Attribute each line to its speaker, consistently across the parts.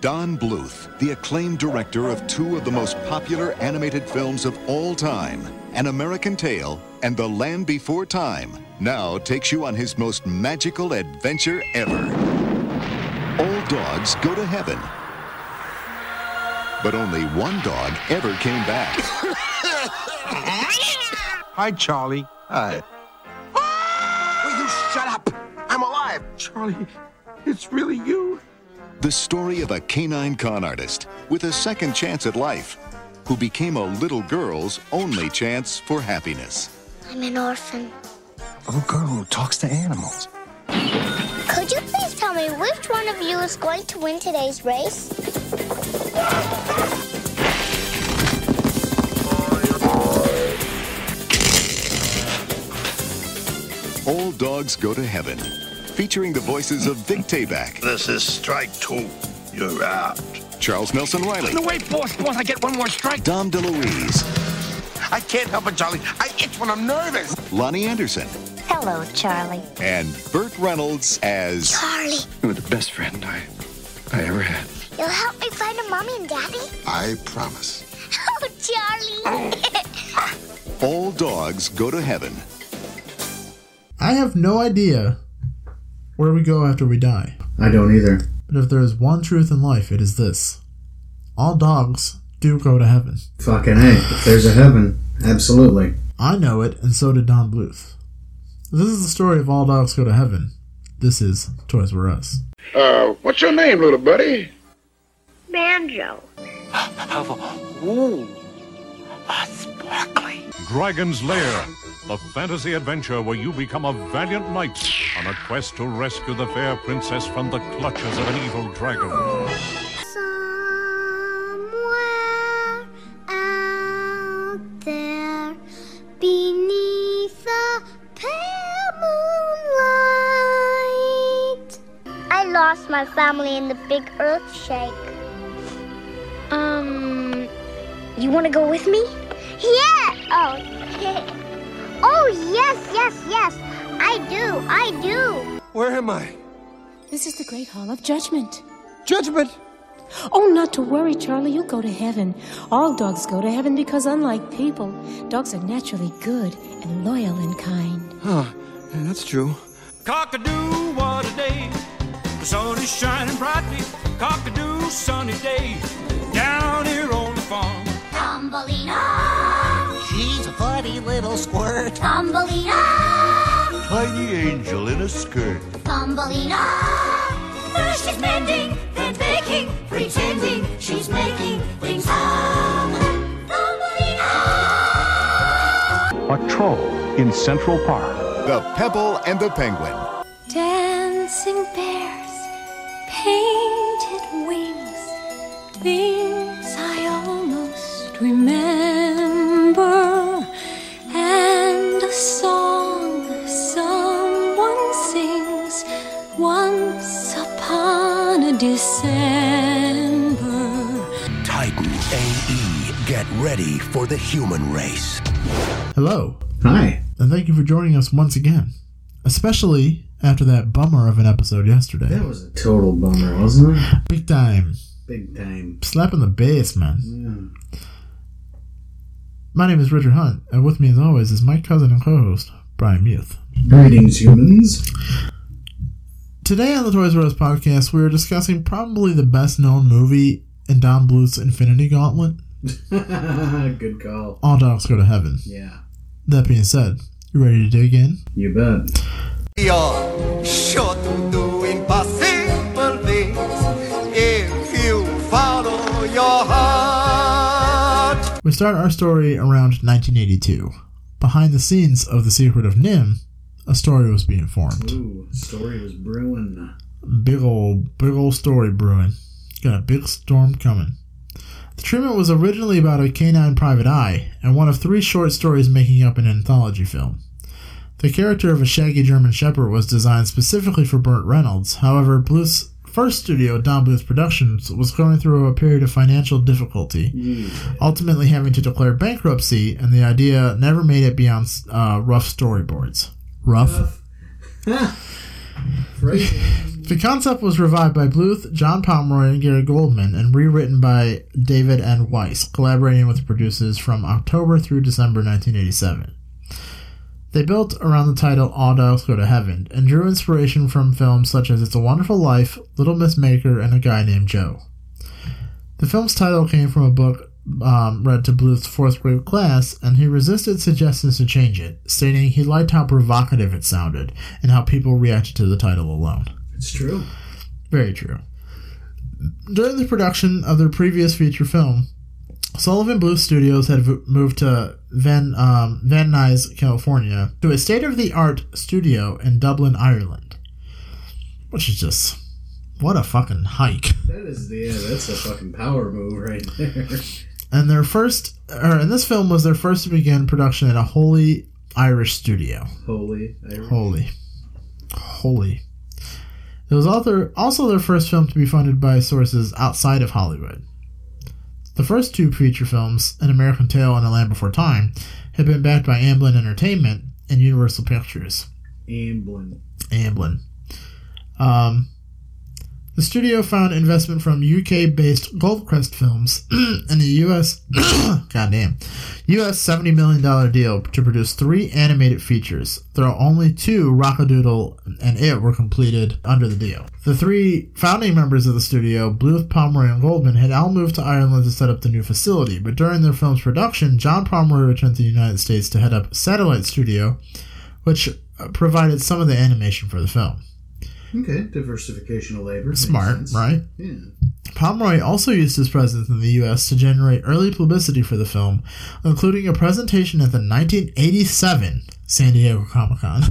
Speaker 1: Don Bluth, the acclaimed director of two of the most popular animated films of all time, An American Tale and The Land Before Time, now takes you on his most magical adventure ever. All dogs go to heaven, but only one dog ever came back.
Speaker 2: Hi, Charlie. Uh,
Speaker 3: Hi.
Speaker 2: Will you shut up? I'm alive. Charlie, it's really you.
Speaker 1: The story of a canine con artist with a second chance at life who became a little girl's only chance for happiness.
Speaker 4: I'm an orphan.
Speaker 3: A little girl who talks to animals.
Speaker 4: Could you please tell me which one of you is going to win today's race?
Speaker 1: All Dogs Go to Heaven, featuring the voices of Vic Tayback,
Speaker 5: This is strike two. You're out.
Speaker 1: Charles Nelson Riley,
Speaker 2: No, wait, boss. Once I get one more strike,
Speaker 1: Dom DeLuise,
Speaker 2: I can't help it, Charlie. I itch when I'm nervous.
Speaker 1: Lonnie Anderson,
Speaker 4: Hello, Charlie.
Speaker 1: and Burt Reynolds as
Speaker 4: Charlie,
Speaker 3: You were the best friend I, I ever had.
Speaker 4: you'll help me find a mommy and daddy?
Speaker 3: I promise.
Speaker 4: Oh, Charlie.
Speaker 1: All Dogs Go to Heaven.
Speaker 6: I have no idea where we go after we die.
Speaker 7: I don't either.
Speaker 6: But if there is one truth in life, it is this all dogs do go to heaven.
Speaker 7: Fucking A. If there's a heaven, absolutely.
Speaker 6: I know it, and so did Don Bluth. This is the story of All Dogs Go to Heaven. This is Toys R Us.
Speaker 8: Uh, what's your name, little buddy?
Speaker 4: Banjo.
Speaker 9: Dragon's Lair, the fantasy adventure where you become a valiant knight on a quest to rescue the fair princess from the clutches of an evil dragon.
Speaker 4: Somewhere out there, beneath the pale moonlight. I lost my family in the big earth shake. Um, you want to go with me? Yeah! Oh, oh, yes, yes, yes. I do, I do.
Speaker 2: Where am I?
Speaker 10: This is the Great Hall of Judgment.
Speaker 2: Judgment.
Speaker 10: Oh, not to worry, Charlie. You'll go to heaven. All dogs go to heaven because, unlike people, dogs are naturally good and loyal and kind.
Speaker 2: Huh. Yeah, that's true.
Speaker 11: Cockadoo, what a day. The sun is shining brightly. Cockadoo, sunny day. Down here on the farm.
Speaker 4: Thumbelina!
Speaker 3: She's a funny little squirt.
Speaker 4: Thumbelina!
Speaker 5: Tiny angel in a skirt.
Speaker 4: Thumbelina! First she's mending, then baking, pretending she's making things up. Thumbelina!
Speaker 9: A troll in Central Park.
Speaker 1: The Pebble and the Penguin.
Speaker 10: Dancing bears, painted wings, things I almost remember, and a song someone sings once upon a December.
Speaker 11: Titan AE, get ready for the human race.
Speaker 6: Hello,
Speaker 7: Hi.
Speaker 6: and thank you for joining us once again. Especially after that bummer of an episode yesterday.
Speaker 7: That was a total bummer, wasn't it?
Speaker 6: Big time.
Speaker 7: Big time.
Speaker 6: Slap in the bass, man. My name is Richard Hunt, and with me as always is my cousin and co-host, Brian Muth.
Speaker 7: Greetings, humans.
Speaker 6: Today on the Toys R Us podcast, we are discussing probably the best known movie in Don Bluth's Infinity Gauntlet,
Speaker 7: Good call.
Speaker 6: All Dogs Go to Heaven.
Speaker 7: Yeah.
Speaker 6: That being said, you ready to dig in?
Speaker 7: You bet.
Speaker 11: You're sure to do impossible things if you follow your heart.
Speaker 6: We start our story around 1982. Behind the scenes of The Secret of Nim, a story was being formed.
Speaker 7: Ooh, story was brewing.
Speaker 6: Big old, big old story brewing. Got a big storm coming. The treatment was originally about a canine private eye and one of three short stories making up an anthology film. The character of a shaggy German Shepherd was designed specifically for Burt Reynolds. However, Bluth's first studio, Don Bluth Productions, was going through a period of financial difficulty, ultimately having to declare bankruptcy, and the idea never made it beyond uh, rough storyboards. Rough?
Speaker 7: Crazy.
Speaker 6: The concept was revived by Bluth, John Pomeroy, and Gary Goldman, and rewritten by David N. Weiss, collaborating with producers from October through December 1987. They built around the title All Dogs Go to Heaven, and drew inspiration from films such as It's a Wonderful Life, Little Miss Maker, and A Guy Named Joe. The film's title came from a book um, read to Bluth's fourth grade class, and he resisted suggestions to change it, stating he liked how provocative it sounded and how people reacted to the title alone.
Speaker 7: It's true.
Speaker 6: Very true. During the production of their previous feature film, Sullivan Blue Studios had v- moved to Van, um, Van Nuys, California, to a state of the art studio in Dublin, Ireland. Which is just. What a fucking hike.
Speaker 7: That is the yeah, that's a fucking power move right there.
Speaker 6: and their first or and this film was their first to begin production at a holy Irish studio.
Speaker 7: Holy Irish.
Speaker 6: Holy. Holy. It was also, also their first film to be funded by sources outside of Hollywood. The first two feature films, An American Tale and A Land Before Time, had been backed by Amblin Entertainment and Universal Pictures.
Speaker 7: Amblin.
Speaker 6: Amblin. Um, the studio found investment from UK-based Goldcrest Films and a U.S. goddamn U.S. seventy million dollar deal to produce three animated features. There are only two, Rockadoodle and It, were completed under the deal. The three founding members of the studio, Bluth, Pomeroy, and Goldman, had all moved to Ireland to set up the new facility. But during their film's production, John Pomeroy returned to the United States to head up Satellite Studio, which uh, provided some of the animation for the film.
Speaker 7: Okay, diversification of labor. Makes
Speaker 6: Smart,
Speaker 7: sense.
Speaker 6: right?
Speaker 7: Yeah.
Speaker 6: Pomeroy also used his presence in the U.S. to generate early publicity for the film, including a presentation at the 1987 San Diego Comic Con.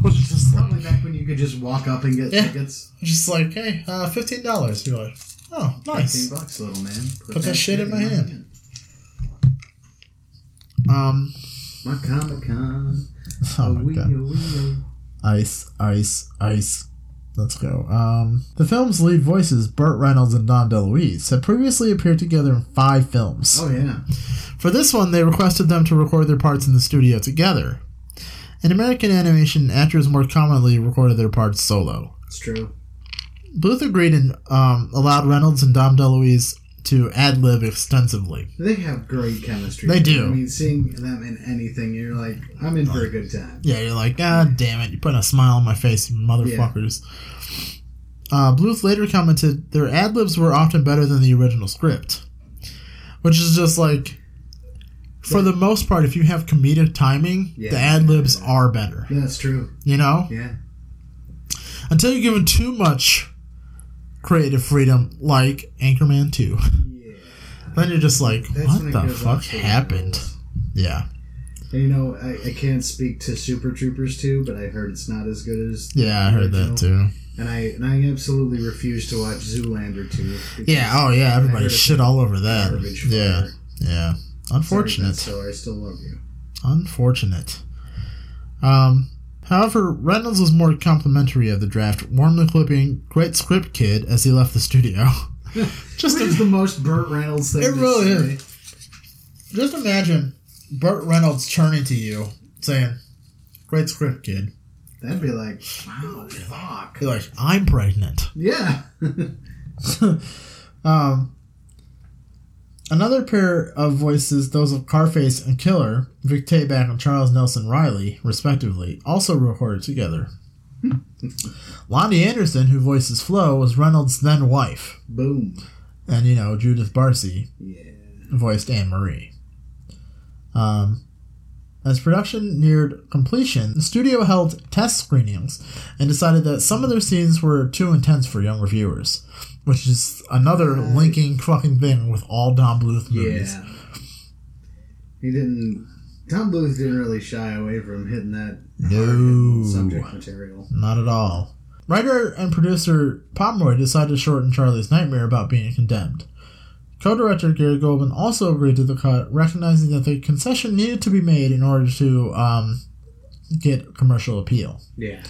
Speaker 6: Which is just like,
Speaker 7: Probably back when you could just walk up and get
Speaker 6: Yeah.
Speaker 7: tickets.
Speaker 6: just like, hey, uh, fifteen dollars. You're like, oh,
Speaker 7: Fifteen
Speaker 6: nice.
Speaker 7: bucks, little man.
Speaker 6: Put that shit in my hand. Um,
Speaker 7: My Comic Con.
Speaker 6: oh my god. Ice, ice, ice. Let's go. Um, the film's lead voices, Burt Reynolds and Don DeLuise, had previously appeared together in five films.
Speaker 7: Oh yeah.
Speaker 6: For this one, they requested them to record their parts in the studio together. In American animation, actors more commonly recorded their parts solo.
Speaker 7: It's true.
Speaker 6: Bluth agreed and um, allowed Reynolds and Dom DeLuise to ad lib extensively.
Speaker 7: They have great chemistry.
Speaker 6: They do.
Speaker 7: I mean, seeing them in anything, you're like, I'm in for a good time.
Speaker 6: Yeah, you're like, God damn it, you're putting a smile on my face, you motherfuckers. Uh, Bluth later commented, their ad libs were often better than the original script. Which is just like, for the most part, if you have comedic timing,
Speaker 7: Yeah.
Speaker 6: the ad libs are better.
Speaker 7: Yeah, it's true.
Speaker 6: You know?
Speaker 7: Yeah.
Speaker 6: until you're given too much creative freedom, like Anchorman Two. Then you're just like,
Speaker 7: That's when
Speaker 6: what
Speaker 7: it
Speaker 6: the
Speaker 7: goes
Speaker 6: fuck
Speaker 7: off the
Speaker 6: happened? Yeah,
Speaker 7: And, you know, I, I can't speak to Super Troopers 2, but I heard it's not as good as.
Speaker 6: yeah, I
Speaker 7: the
Speaker 6: heard that
Speaker 7: original.
Speaker 6: too.
Speaker 7: And I and I absolutely refuse to watch Zoolander 2. because
Speaker 6: Yeah, oh yeah,
Speaker 7: I heard
Speaker 6: everybody
Speaker 7: it's
Speaker 6: shit all over that.
Speaker 7: garbage
Speaker 6: Yeah,
Speaker 7: fire.
Speaker 6: yeah.
Speaker 7: Sorry, Ben
Speaker 6: Unfortunate.
Speaker 7: Stiller, I still love you.
Speaker 6: Unfortunate. Um, however, Reynolds was more complimentary of the draft, warmly clipping "Great script, kid" as he left the studio.
Speaker 7: Just
Speaker 6: Just a-
Speaker 7: is the most Burt Reynolds thing.
Speaker 6: It
Speaker 7: to
Speaker 6: really
Speaker 7: say.
Speaker 6: Just imagine Burt Reynolds turning to you, saying, "Great script, kid."
Speaker 7: That'd be like, wow, fuck.
Speaker 6: You're like, "I'm pregnant."
Speaker 7: Yeah.
Speaker 6: Um, another pair of voices, those of Carface and Killer, Vic Tayback and Charles Nelson Riley, respectively, also recorded together. Lonnie Anderson, who voices Flo, was Reynolds' then wife,
Speaker 7: Boom.
Speaker 6: and you know Judith Barcy
Speaker 7: Yeah.
Speaker 6: voiced Anne Marie. Um, as production neared completion, the studio held test screenings and decided that some of their scenes were too intense for younger viewers, which is another linking fucking thing with all Don Bluth movies.
Speaker 7: Yeah. He didn't. Tom Bluth didn't really shy away from hitting that
Speaker 6: No.
Speaker 7: subject material.
Speaker 6: Not at all. Writer and producer Pomeroy decided to shorten Charlie's nightmare about being condemned. Co director Gary Goldman also agreed to the cut, recognizing that the concession needed to be made in order to um, get commercial appeal.
Speaker 7: Yeah.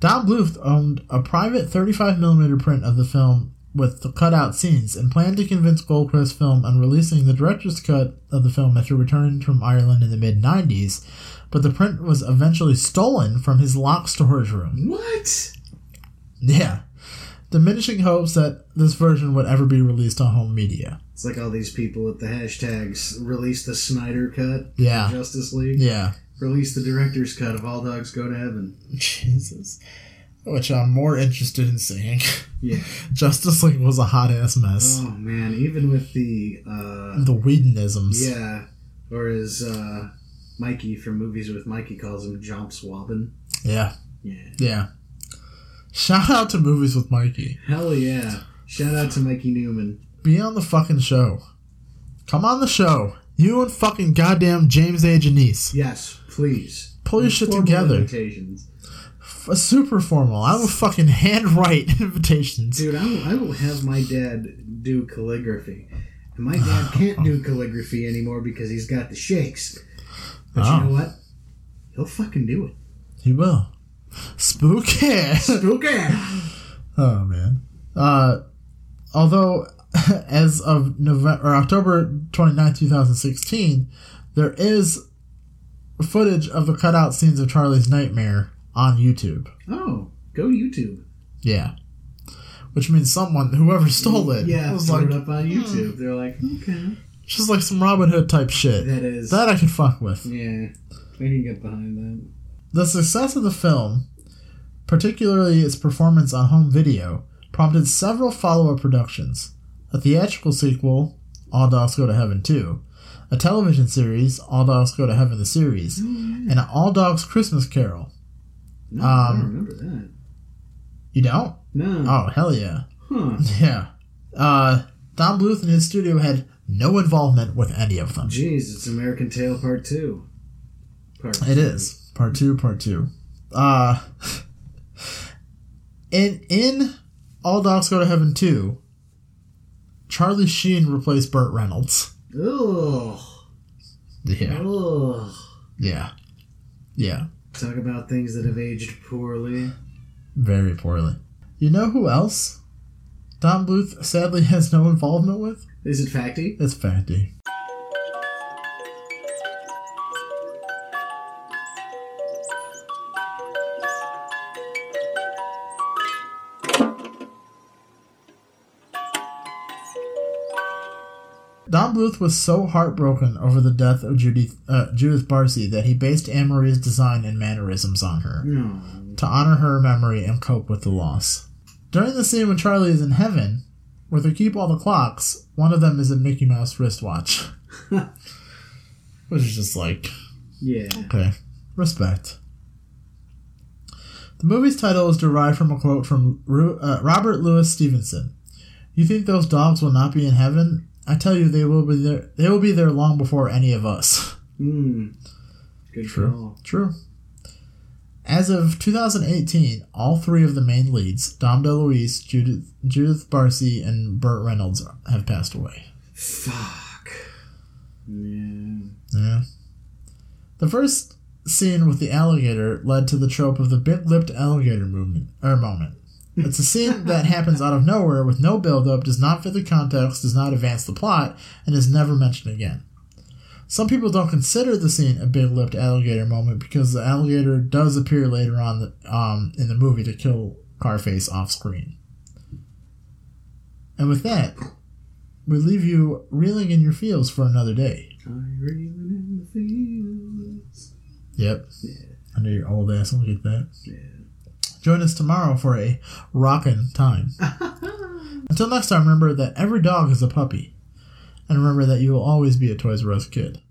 Speaker 6: Don Bluth owned a private 35mm print of the film with the cutout scenes and planned to convince Goldcrest Film on releasing the director's cut of the film after returning from Ireland in the mid 90s, but the print was eventually stolen from his locked storage room.
Speaker 7: What?
Speaker 6: Yeah. Diminishing hopes that this version would ever be released on home media.
Speaker 7: It's like all these people with the hashtags release the Snyder cut.
Speaker 6: Yeah.
Speaker 7: of Justice League.
Speaker 6: Yeah.
Speaker 7: Release the director's cut of All Dogs Go to Heaven.
Speaker 6: Jesus. Which I'm more interested in seeing.
Speaker 7: Yeah.
Speaker 6: Justice League was a hot ass mess.
Speaker 7: Oh man, even with the uh
Speaker 6: The Whedonisms.
Speaker 7: yeah, or as uh Mikey from Movies with Mikey calls him Jomp Swabbin.
Speaker 6: Yeah.
Speaker 7: Yeah.
Speaker 6: Yeah. Shout out to Movies with Mikey.
Speaker 7: Hell yeah. Shout out to Mikey Newman.
Speaker 6: Be on the fucking show. Come on the show. You and fucking goddamn James A. Janice.
Speaker 7: Yes, please.
Speaker 6: Pull your shit
Speaker 7: Formal
Speaker 6: together.
Speaker 7: invitations.
Speaker 6: F- super formal. I will fucking handwrite invitations.
Speaker 7: Dude, I will, I will have my dad do calligraphy. And my dad can't do calligraphy anymore because he's got the shakes. But
Speaker 6: Oh.
Speaker 7: you know what? He'll fucking do it.
Speaker 6: He will. Spooky.
Speaker 7: Okay.
Speaker 6: Oh man. Uh, although, as of November or October 29, two thousand sixteen, there is footage of the cutout scenes of Charlie's nightmare on YouTube.
Speaker 7: Oh, go YouTube.
Speaker 6: Yeah, which means someone, whoever stole it,
Speaker 7: Yeah,
Speaker 6: was
Speaker 7: put
Speaker 6: like
Speaker 7: it up on YouTube. They're like, okay.
Speaker 6: just like some Robin Hood type shit
Speaker 7: That is.
Speaker 6: that I could fuck with.
Speaker 7: yeah. I can get behind that.
Speaker 6: The success of the film, particularly its performance on home video, prompted several follow up productions a theatrical sequel, All Dogs Go to Heaven 2, a television series, All Dogs Go to Heaven the Series, and an All Dogs Christmas Carol.
Speaker 7: No, I
Speaker 6: Um,
Speaker 7: don't remember that.
Speaker 6: You don't?
Speaker 7: No.
Speaker 6: Oh, hell yeah.
Speaker 7: Huh.
Speaker 6: Yeah. Uh, Don Bluth and his studio had no involvement with any of them.
Speaker 7: Jeez, it's American Tail Part 2. Part
Speaker 6: It is part two, part two. Uh, in in All Dogs Go to Heaven two, Charlie Sheen replaced Burt Reynolds.
Speaker 7: Ugh.
Speaker 6: Yeah,
Speaker 7: Ugh.
Speaker 6: yeah, yeah.
Speaker 7: Talk about things that have aged poorly.
Speaker 6: Very poorly. You know who else? Don Bluth sadly has no involvement with.
Speaker 7: Is it facty?
Speaker 6: It's Fatty. Don Bluth was so heartbroken over the death of Judith, uh, Judith Barcy that he based Anne Marie's design and mannerisms on her
Speaker 7: No.
Speaker 6: to honor her memory and cope with the loss. During the scene when Charlie is in heaven, where they keep all the clocks, one of them is a Mickey Mouse wristwatch. Which is just like,
Speaker 7: Yeah.
Speaker 6: okay, respect. The movie's title is derived from a quote from Ru- uh, Robert Louis Stevenson. You think those dogs will not be in heaven? I tell you, they will be there. They will be there long before any of us.
Speaker 7: Mm. Good call.
Speaker 6: True. As of 2018, all three of the main leads, Dom DeLuise, Judith, Judith Barcy, and Burt Reynolds, have passed away.
Speaker 7: Fuck. Yeah.
Speaker 6: Yeah. The first scene with the alligator led to the trope of the big-lipped alligator movement or moment. It's a scene that happens out of nowhere with no build-up, does not fit the context, does not advance the plot, and is never mentioned again. Some people don't consider the scene a big-lipped alligator moment because the alligator does appear later on the, um, in the movie to kill Carface off-screen. And with that, we leave you reeling in your feels for another day.
Speaker 7: I really in the fields.
Speaker 6: Yep. I knew your old ass will get that.
Speaker 7: Yeah.
Speaker 6: Join us tomorrow for a rockin' time. Until next time, remember that every dog is a puppy. And remember that you will always be a Toys R Us kid.